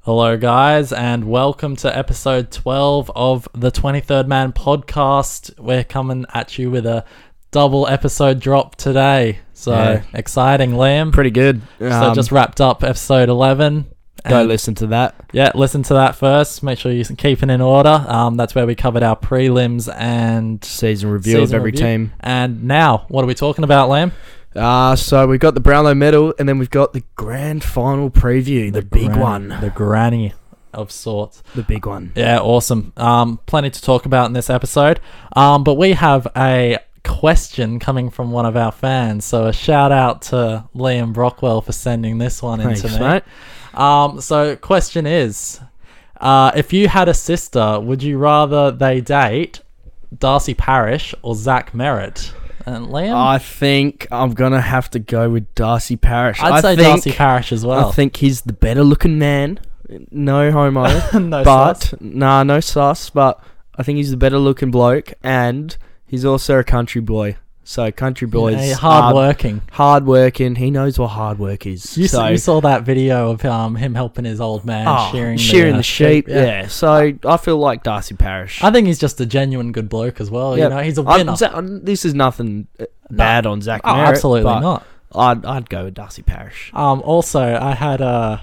Hello, guys, and welcome to episode 12 of the 23rd Man podcast. We're coming at you with a double episode drop today. So Yeah. exciting, Liam. Pretty good. Um, so, just wrapped up episode 11. go And- listen to that. Yeah, listen to that first. Make sure you keep it in order. Um, that's where we covered our prelims and. Season review Season of every review. team. And now, what are we talking about, Liam? Uh, so we've got the Brownlow medal, and then we've got the grand final preview, the, big gran- one, The granny of sorts. the big one. Yeah, awesome. Um, plenty to talk about in this episode. Um, but we have a question coming from one of our fans. So a shout out to Liam Brockwell for sending this one in Thanks, to me. mate. Um, so question is, uh, if you had a sister, would you rather they date Darcy Parish or Zach Merritt? And Liam, I think I'm gonna have to go with Darcy Parish. I'd I say think, Darcy Parish as well. I think he's the better looking man. No homo, no but sus. nah, no sus. But I think he's the better looking bloke, and he's also a country boy. So country boys, uh, Yeah, are hard working. hard working. He knows what hard work is. You, s- so you saw that video of um, him helping his old man Oh, shearing, shearing the, uh, the sheep. Yeah. So I feel like Darcy Parish. I think he's just a genuine good bloke as well. Yeah. You know, he's a I'm- winner. Za- I'm- this is nothing uh, bad on Zach. oh, Merritt, absolutely but not. I'd I'd go with Darcy Parish. Um, also, I had uh,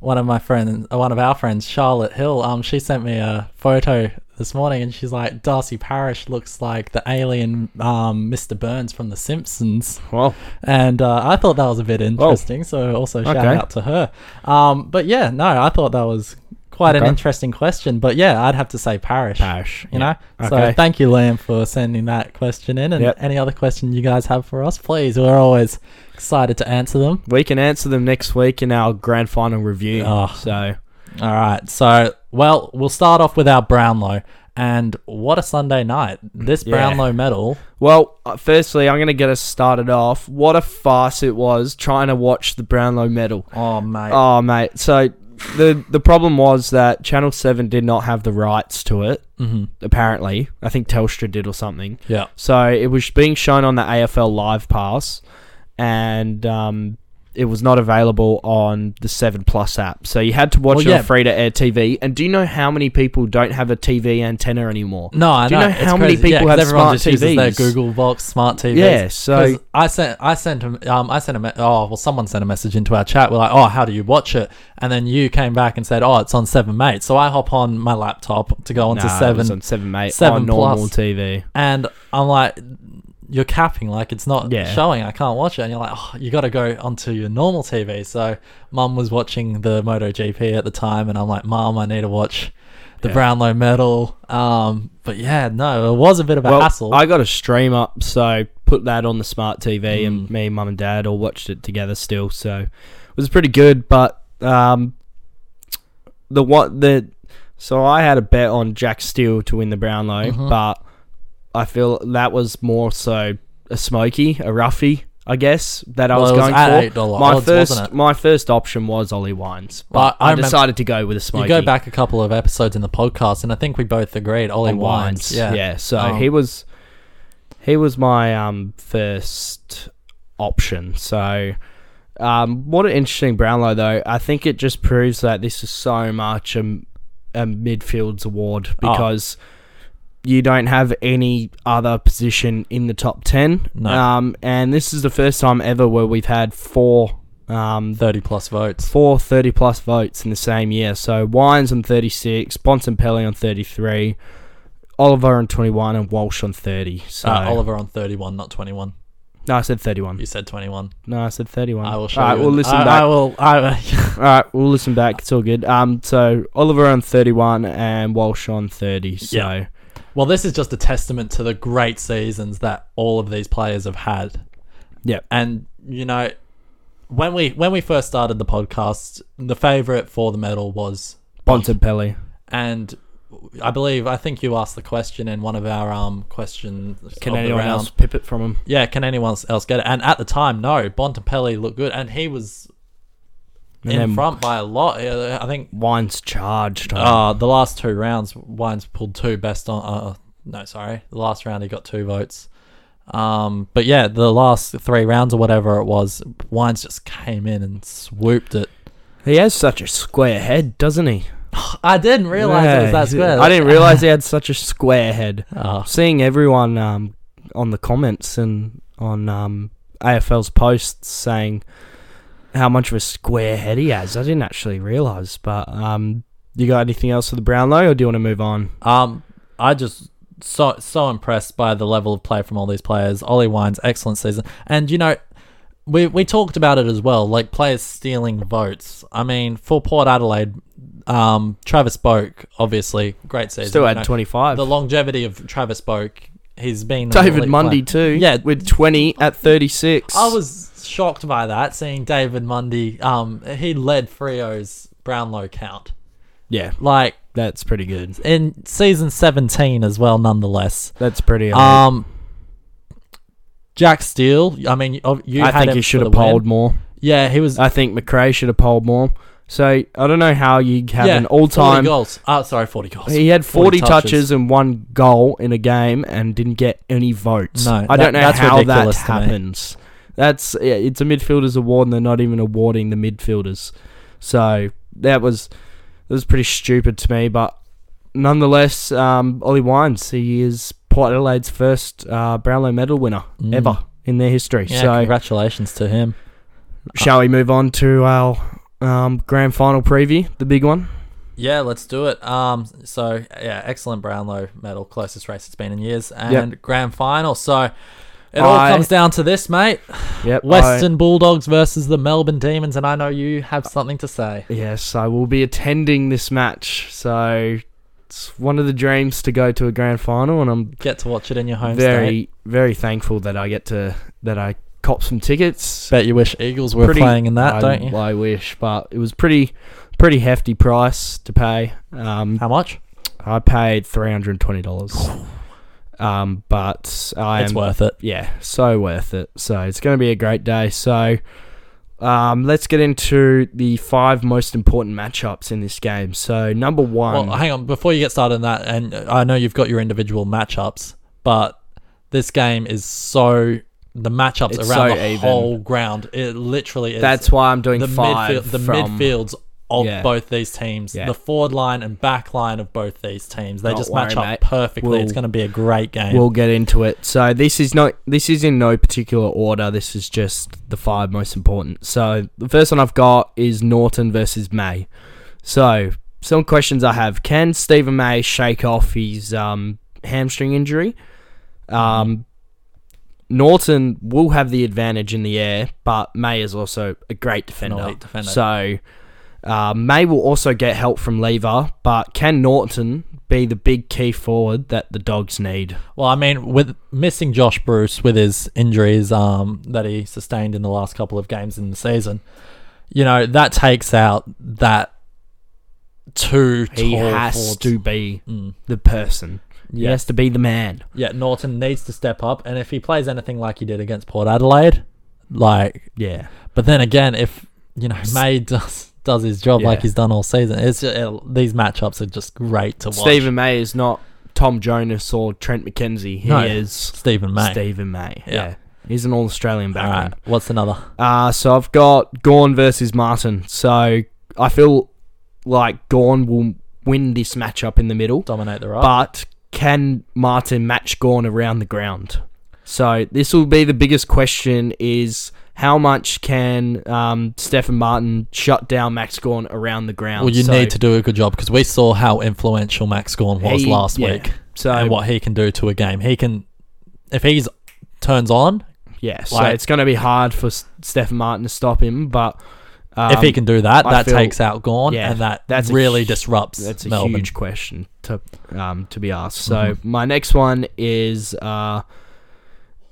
one of my friends, uh, one of our friends, Charlotte Hill. Um, she sent me a photo this morning, and she's like, "Darcy Parish looks like the alien, um, Mr. Burns from The Simpsons." Well, And uh, I thought that was a bit interesting. So also shout Okay. out to her. Um, but yeah, no, I thought that was quite an Okay. interesting question. But yeah, I'd have to say Parish. Parish. you yeah. know. So Okay. thank you, Liam, for sending that question in. And Yep. any other question you guys have for us, please. We're always excited to answer them. we can answer them next week in our grand final review. Oh. So All right. So, well, we'll start off with our Brownlow. And what a Sunday night. This Yeah. Brownlow medal. well, uh, firstly, I'm gonna get us started off. What a farce it was trying to watch the Brownlow medal. Oh, mate. Oh mate, so the the problem was that Channel Seven did not have the rights to it. hmm Apparently, I think Telstra did or something. Yeah. So it was being shown on the AFL Live Pass, and um, it was not available on the Seven Plus app. So you had to watch Well, it yeah. on free to air TV. And do you know how many people don't have a TV antenna anymore? No, I Do you know It's how many crazy. Yeah, people 'cause have everyone smart just uses their TVs? Google Box smart TVs. Yeah, so 'Cause I sent I sent him um I sent a me- oh well someone sent a message into our chat. We're like, oh, how do you watch it? And then you came back and said, oh, it's on Seven Mate. So I hop on my laptop to go onto Nah, it Seven, was on Seven Mate Seven on normal Plus. TV. and I'm like, you're capping, like it's not Yeah. showing. I can't watch it. And you're like, oh, you got to go onto your normal TV. So mum was watching the MotoGP at the time, and I'm like, mum, I need to watch the Yeah. Brownlow medal. Um, but yeah, no, it was a bit of a Well, hassle. I got a stream up, so put that on the smart TV, and Hmm. me, mum, and dad all watched it together. Still, so it was pretty good. But um, the what the so I had a bet on Jack Steele to win the Brownlow, Mm-hmm. but I feel that was more so a smoky, a roughie, I guess that I Well, was it was going at for. $8 my odds, 1st wasn't it? my first option was Ollie Wines, but Well, I I, remember- decided to go with a smoky. You go back a couple of episodes in the podcast, and I think we both agreed. Ollie on Wines, yeah, So Um, he was he was my um first option. So um what an interesting Brownlow though. I think it just proves that this is so much a, m- a midfield's award Oh. because you don't have any other position in the top 10. No. Um and this is the first time ever where we've had four um thirty plus votes. four 30 plus votes in the same year. So Wines on 36, Bontempelli on 33, Oliver on 21, and Walsh on 30. So Uh, Oliver on thirty-one, not twenty-one. No, I said 31. You said twenty-one. No, I said 31. I will show All right, you. we'll in- listen I, back. I will. I, All right, we'll listen back. It's all good. Um, so Oliver on 31 and Walsh on 30. So Yeah. well, this is just a testament to the great seasons that all of these players have had. yeah, and you know when we when we first started the podcast the favorite for the medal was Bontempelli. and i believe i think you asked the question in one of our um questions Can of the anyone round. else pip it from him? yeah can anyone else get it and at the time no bontempelli looked good and he was And in then- front by a lot Yeah, i think Wines charged. uh the last two rounds wines pulled two best on uh no sorry the last round he got two votes um but yeah the last three rounds or whatever it was wines just came in and swooped it He has such a square head, doesn't he? I didn't realize it was that Yeah, square. I didn't realize he had such a square head. Oh, Seeing everyone um, on the comments and on um, AFL's posts saying how much of a square head he has, I didn't actually realize. But um, you got anything else for the Brownlow, or do you want to move on? um, I just so so impressed by the level of play from all these players. Ollie Wine's excellent season, and you know, we we talked about it as well. Like players stealing votes. I mean, for Port Adelaide, um, Travis Boak obviously great season. Still you had know. twenty five. the longevity of Travis Boak. He's been an David elite Mundy player. too. Yeah. with twenty at thirty six. I was shocked by that, seeing David Mundy. Um, he led Frio's Brownlow count. yeah, Like that's pretty good. in season 17 as well nonetheless That's pretty. alright. um jack steele i mean you, you I had think him he for should the have polled Uh, win. more. yeah he was I think McRae should have polled more. So I don't know how you have yeah, an all 40 time. goals oh sorry 40 goals He had 40 40, touches. touches. and one goal in a game and didn't get any votes. No, I don't that- know that's how that ridiculous to me. happens. That's yeah, it's a midfielders award and they're not even awarding the midfielders. So that was that was pretty stupid to me, but nonetheless, um, Ollie Wines he is Port Adelaide's first uh, Brownlow medal winner Mm. ever in their history. yeah, so congratulations to him Shall we move on to our um, grand final preview, the big one? yeah let's do it um so yeah excellent brownlow medal closest race it's been in years and grand final so it all I- comes down to this mate Yep. western bulldogs versus the melbourne demons and i know you have something to say I- yes, I will be attending this match. So it's one of the dreams to go to a grand final, and I'm get to watch it in your home very, state very thankful that I get to that I cop some tickets. bet you wish eagles were Pretty- playing in that I, don't you I wish, but it was pretty, pretty hefty price to pay. Um, How much? I paid three hundred and twenty dollars. um, but I it's am worth it. yeah, so worth it. So it's going to be a great day. So um, let's get into the five most important matchups in this game. So number one, well, hang on. Before you get started on that, and I know you've got your individual matchups, but this game is so the matchups It's around so the even. whole ground. It literally is. that's why I'm doing the five midfield, the from midfields of Yeah. both these teams, Yeah. the forward line and back line of both these teams. They Don't just worry, match up mate. perfectly. it's We'll- going to be a great game. We'll get into it. So this is no this is in no particular order. This is just the five most important. So the first one I've got is Norton versus May. So some questions I have: Can Stephen May shake off his um, hamstring injury? Um, Norton will have the advantage in the air, but May is also a great defender. elite defender. So uh, May will also get help from Lever, but can Norton be the big key forward that the Dogs need? Well, I mean, with missing Josh Bruce with his injuries um, that he sustained in the last couple of games in the season, you know that takes out that two He tall has forwards. to be Mm. the person. He Yeah. has to be the man. Yeah, Norton needs to step up, and if he plays anything like he did against Port Adelaide, like, Yeah. but then again, if you know May does does his job Yeah. like he's done all season, it's just, it, these matchups are just great to watch. Stephen May is not Tom Jonas or Trent McKenzie. He No. is Stephen May. Stephen May. Yeah. Yeah. He's an all Australian all right, backman. what's another? Uh, so I've got Gorn versus Martin. So I feel like Gorn will win this matchup in the middle, Dominate the right. but can Martin match Gorn around the ground? So this will be the biggest question is how much can um, Stefan Martin shut down Max Gorn around the ground? Well, you So- need to do a good job because we saw how influential Max Gorn was He- last yeah. week So and what he can do to a game. He can, if he's turns on, yeah, so like- it's going to be hard for S- Stefan Martin to stop him, but um, if he can do that, I that feel- takes out Gorn yeah, and that that's a really hu- disrupts that's a Melbourne. Mm-hmm. huge question to um, to be asked. So my next one is uh,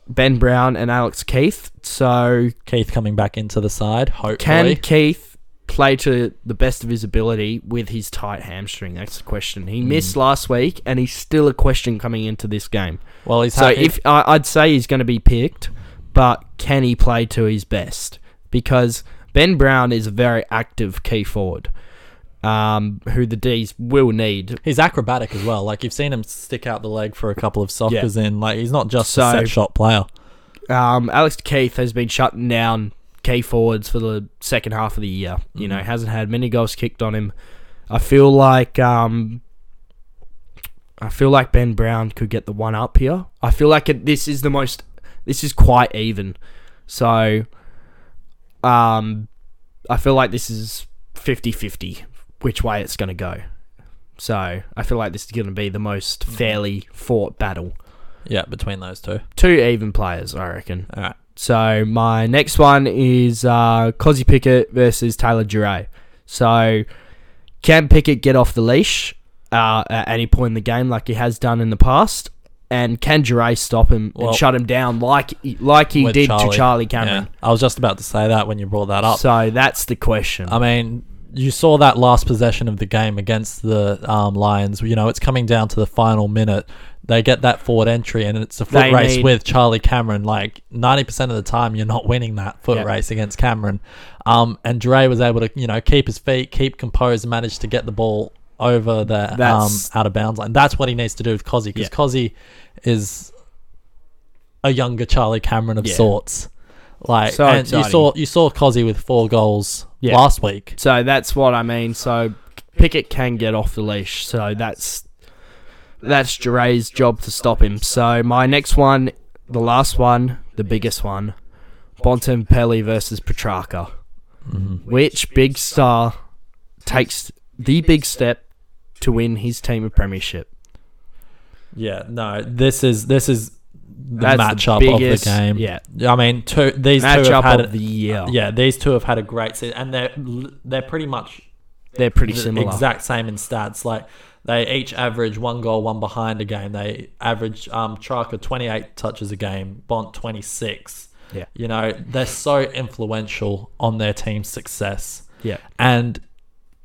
Ben Brown and Alex Keith. So Keith coming back into the side, hopefully. can Keith play to the best of his ability with his tight hamstring? That's the question. He missed last week, and he's still a question coming into this game. well, he's So happy. if I, I'd say he's going to be picked, but can he play to his best? Because Ben Brown is a very active key forward, um, who the D's will need. he's acrobatic as well. Like you've seen him stick out the leg for a couple of sockers in. Like he's not just So- a set shot player. Um, Alex Keith has been shut down key forwards for the second half of the year. You know, hasn't had many goals kicked on him. I feel like um, I feel like Ben Brown could get the one up here. I feel like it, this is the most. This is quite even. So, um, I feel like this is 50-50 which way it's going to go. So I feel like this is going to be the most fairly fought battle. Yeah, between those two. Two even players, I reckon. All right. So my next one is uh, Cozzy Pickett versus Taylor Duray. So can Pickett get off the leash uh, at any point in the game, like he has done in the past? And can Duray stop him Well- and shut him down, like he- like he With did to Charlie Cameron? Yeah. I was just about to say that when you brought that up. So that's the question. I mean, you saw that last possession of the game against the um, Lions. You know, it's coming down to the final minute. They get that forward entry, and it's a foot They race need- with Charlie Cameron. Like ninety percent of the time, you're not winning that foot Yeah. race against Cameron. Um, and Dre was able to, you know, keep his feet, keep composed, and managed to get the ball over the um, That's- out of bounds line. That's what he needs to do with Cozzy because Yeah. Cozzy is a younger Charlie Cameron of Yeah. sorts. Like, So and you exciting. saw Oh, you saw Cozzy with four goals Yeah. last week. So that's what I mean. So Pickett can get off the leash. So that's that's Jeray's job to stop him. So my next one, the last one, the biggest one, Bontempelli versus Petrarca. Mm-hmm. Which big star takes the big step to win his team a premiership? Yeah, no, this is this is the That's the matchup biggest- of the game. yeah. I mean, two these two have had Matchup a- of the year. yeah, these two have had a great season, and they're l- they're pretty much They're pretty the similar. exact same in stats. Like they each average one goal, one behind a game. They average um Charka twenty eight touches a game, Bont twenty six. Yeah. you know they're so influential on their team's success. Yeah. and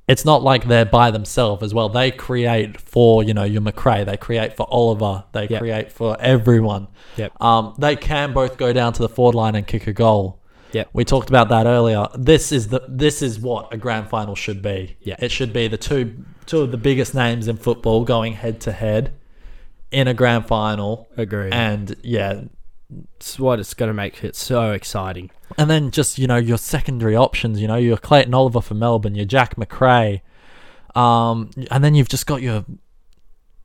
it's not like they're by themselves as well. They create for you know your McRae, they create for Oliver, they Yep. create for everyone. Yep. Um, they can both go down to the forward line and kick a goal. Yep. We talked about that earlier. This is the this is what a grand final should be. Yeah. It should be the two two of the biggest names in football going head to head in a grand final. Agreed. And yeah, That's what it's going to make it so exciting. and then just you know your secondary options. You know your Clayton Oliver for Melbourne, your Jack McRae, um, and then you've just got your.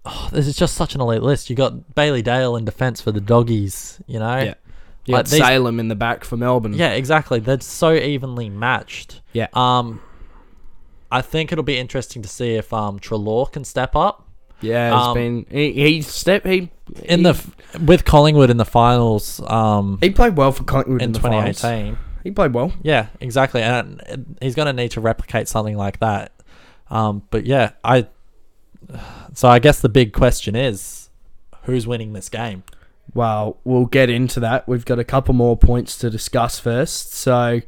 Oh, this is just such an elite list. You got Bailey Dale in defence for the doggies. You know. Yeah. You Like got these- Salem in the back for Melbourne. Yeah, exactly. They're so evenly matched. Yeah. Um, I think it'll be interesting to see if um Trelaw can step up Yeah, it's Um, been he, he step he in he, the f- with Collingwood in the finals. Um, he played well for Collingwood in, in the finals. 2018. He played well. Yeah, exactly. And uh, he's going to need to replicate something like that. Um, but yeah, I. So I guess the big question is, who's winning this game? Well, we'll get into that. We've got a couple more points to discuss first. So,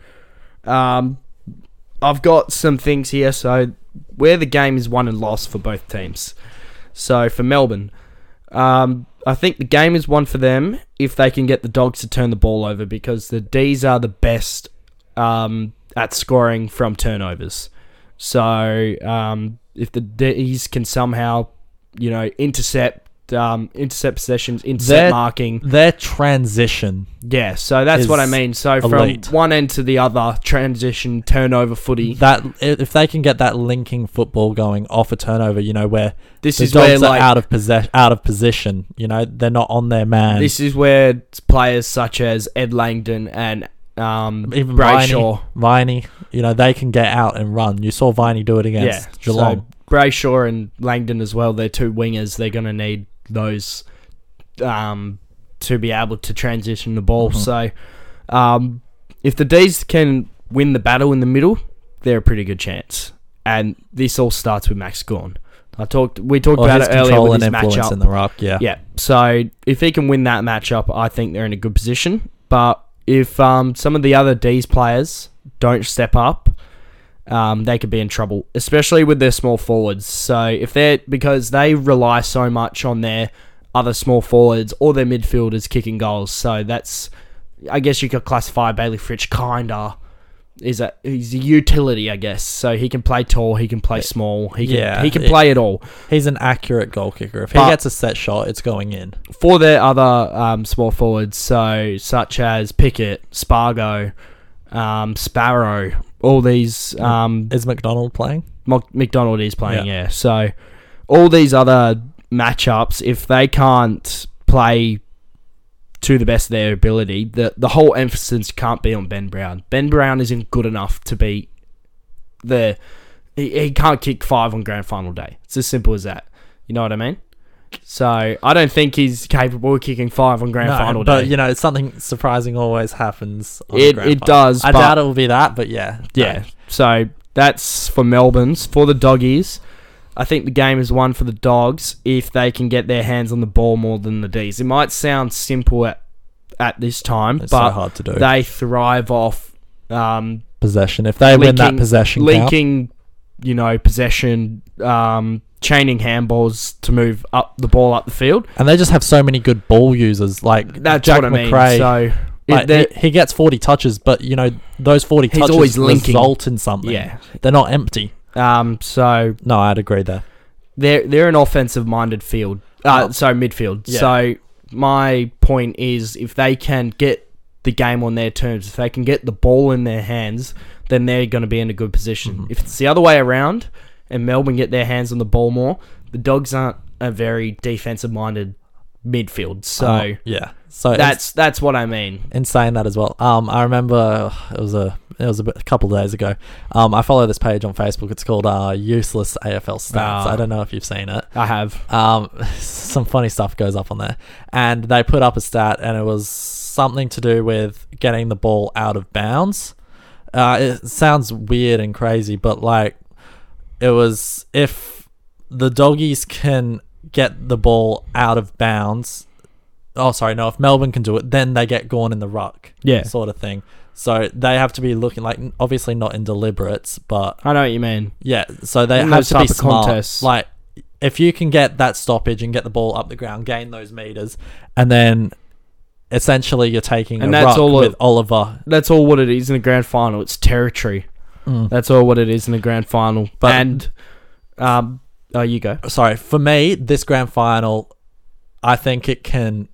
um, I've got some things here. So, where the game is won and lost for both teams. So, for Melbourne, um, I think the game is won for them if they can get the dogs to turn the ball over because the D's are the best um, at scoring from turnovers. So, um, if the D's can somehow, you know, intercept. Um, intercept possessions, intercept Their- marking. Their transition. Yeah, so that's what I is mean. So elite. from one end to the other, transition, turnover, footy. That if they can get that linking football going off a turnover, you know where This the is where dogs are like out of possess out of position. You know they're not on their man. this is where players such as Ed Langdon and um, Even Brayshaw, Viney, Viney, you know they can get out and run. You saw Viney do it yeah, against Geelong. so Brayshaw and Langdon as well. They're two wingers. They're going to need those um, to be able to transition the ball. Mm-hmm. So um, if the D's can win the battle in the middle, they're a pretty good chance. And this all starts with Max Gorn. I talked. We talked Or about Oh, his it earlier control with and his influence matchup. in the rock. Yeah. Yeah. So if he can win that matchup, I think they're in a good position. But if um, some of the other D's players don't step up, um, they could be in trouble, especially with their small forwards. So if they're because they rely so much on their other small forwards or their midfielders kicking goals. So that's, I guess you could classify Bailey Fritch kinda. Is a he's a utility, I guess. So he can play tall, he can play small, he can Yeah, he can it- play it all. He's an accurate goal kicker. If he But- gets a set shot, it's going in. for their other um, small forwards, so such as Pickett, Spargo, um, Sparrow, all these. Um, Is McDonald playing? Mac- McDonald is playing, yeah. So all these other matchups, if they can't play to the best of their ability, the the whole emphasis can't be on Ben Brown. Ben Brown isn't good enough to be the he, he can't kick five on grand final day. It's as simple as that. You know what I mean? So I don't think he's capable of kicking five on grand no, final but day. you know, something surprising always happens. On the it grand it final. does. I but- doubt it will be that, but yeah, no. yeah. So that's for Melbourne's. For the doggies, I think the game is won for the dogs if they can get their hands on the ball more than the D's. It might sound simple at, at this time, it's so but hard to do. they thrive off um, possession. If they win that Leaking- possession count, leaking, you know, possession, um, chaining handballs to move up the ball up the field. and they just have so many good ball users, like That's Jack what I mean. McRae. So like, they're- he, he gets forty touches, but you know those forty He's touches always linking. result in something. yeah. they're not empty. Um, so No, I'd agree there. they're they're an offensive minded field. Uh, Oh. sorry, midfield. Yeah. So my point is, if they can get the game on their terms, if they can get the ball in their hands, then they're going to be in a good position. Mhm. If it's the other way around, and Melbourne get their hands on the ball more, the Dogs aren't a very defensive minded midfield. So Oh, yeah, so it's- that's that's what I mean. in saying that as well, um, I remember it was a it was a, bit- a couple of days ago. Um, I follow this page on Facebook. It's called uh, Useless AFL Stats. Ah. I don't know if you've seen it. I have. Um, some funny stuff goes up on there, and they put up a stat, and it was something to do with getting the ball out of bounds. Uh, it sounds weird and crazy, but like it was if the doggies can get the ball out of bounds. Oh, sorry, no. If Melbourne can do it, then they get gone in the ruck Yeah, sort of thing. So they have to be looking like n- obviously not in deliberates, but I know what you mean. yeah. So they In have those to be type of smart. contests. Like if you can get that stoppage and get the ball up the ground, gain those meters, and then essentially you're taking And a that's ruck all with it- Oliver. That's all what it is in the grand final. It's territory. Mm. That's all what it is in the grand final. But- and um, oh, you go. Sorry, for me, this grand final, I think it can.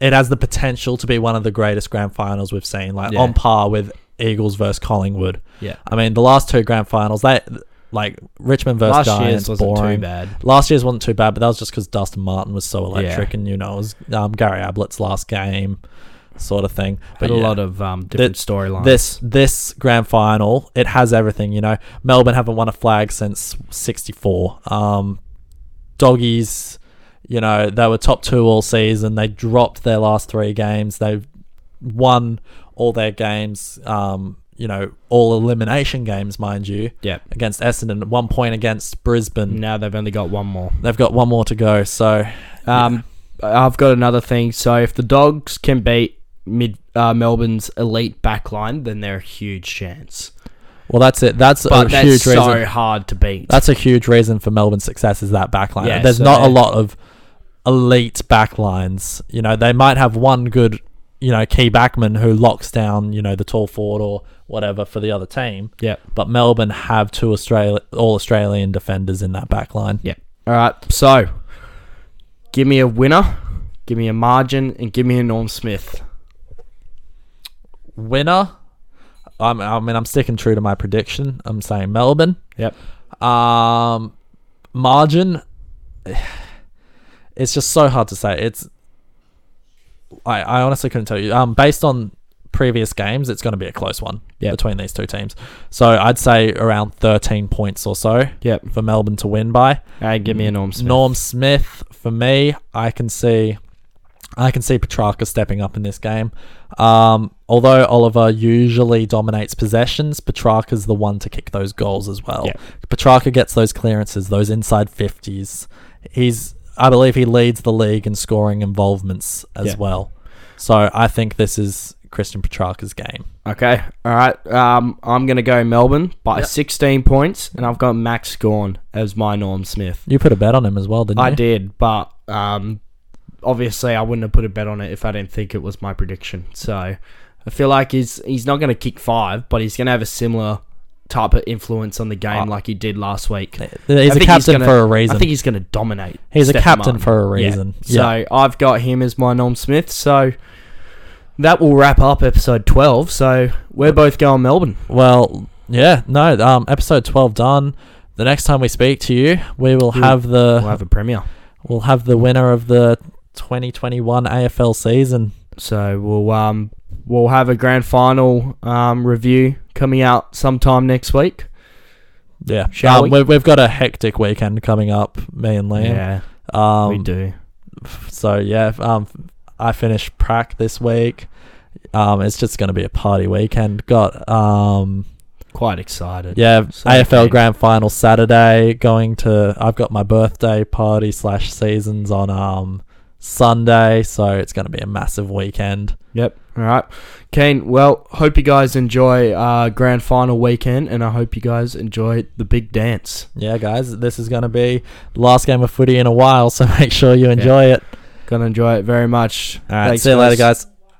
It has the potential to be one of the greatest grand finals we've seen, like Yeah. on par with Eagles versus Collingwood. Yeah. I mean, the last two grand finals, they like Richmond versus Last Giants, year's wasn't boring. too bad. Last year's wasn't too bad, but that was just because Dustin Martin was so electric, Yeah. and you know it was um, Gary Ablett's last game, sort of thing. But But a yeah, lot of um, different storylines. this this grand final, it has everything. You know, Melbourne haven't won a flag since '64. Um, doggies, you know, they were top two all season. They dropped their last three games. They've won all their games. Um, you know, all elimination games, mind you, yeah. against Essendon. One point against Brisbane. Now they've only got one more. They've got one more to go. So Um, I've got another thing. So if the Dogs can beat mid uh, Melbourne's elite backline, then they're a huge chance. Well, that's it. That's But a that's huge so reason. hard to beat. That's a huge reason for Melbourne's success is that backline. Yeah, There's so not a they- lot of elite backlines. You know, they might have one good, you know, key backman who locks down, you know, the tall forward or whatever for the other team. yeah. But Melbourne have two Australia, all Australian defenders in that backline. Yeah. All right. So give me a winner, give me a margin, and give me a Norm Smith. Winner, I'm, I mean, I'm sticking true to my prediction. I'm saying Melbourne. Yep. Um, margin. It's just so hard to say. It's. I, I honestly couldn't tell you. Um, based on previous games, it's going to be a close one Yep. between these two teams. So I'd say around 13 points or so Yep. for Melbourne to win by. And give me a Norm Smith. Norm Smith for me, I can see, I can see Petrarca stepping up in this game. Um, although Oliver usually dominates possessions, Petrarca's the one to kick those goals as well. Yeah. Petrarca gets those clearances, those inside fifties. He's, I believe, he leads the league in scoring involvements as Yeah. well. So I think this is Christian Petrarca's game. Okay. All right. Um, I'm going to go Melbourne by Yep. 16 points, and I've got Max Gorn as my Norm Smith. You put a bet on him as well, didn't I you? did, but um, obviously I wouldn't have put a bet on it if I didn't think it was my prediction. So I feel like he's he's not going to kick five, but he's going to have a similar type of influence on the game like he did last week. I He's a think captain gonna- for a reason. I think he's going to dominate. He's a Stefan captain Martin. for a Yeah. reason. So I've got him as my Norm Smith. So that will wrap up episode 12. So we're both going Melbourne. Well, yeah, no. Um, episode twelve done. The next time we speak to you, we will We'll- have the We'll have a premiere. we'll have the winner of the 2021 AFL season. So we'll um we'll have a grand final um review coming out sometime next week. Yeah, um, Shall we? We've, we've got a hectic weekend coming up, me and Liam. Yeah, um, we do. So yeah, f- um, I finished prac this week. Um, it's just going to be a party weekend. Got um, Quite excited. yeah, So AFL good. Grand Final Saturday. Going to I've got my birthday party slash seasons on um Sunday, so it's going to be a massive weekend. Yep. All right, Kane. Well, hope you guys enjoy uh grand final weekend, and I hope you guys enjoy the big dance. Yeah, guys, this is going to be last game of footy in a while, so make sure you enjoy it. Gonna enjoy it very much. All right, Thanks, see you later, guys.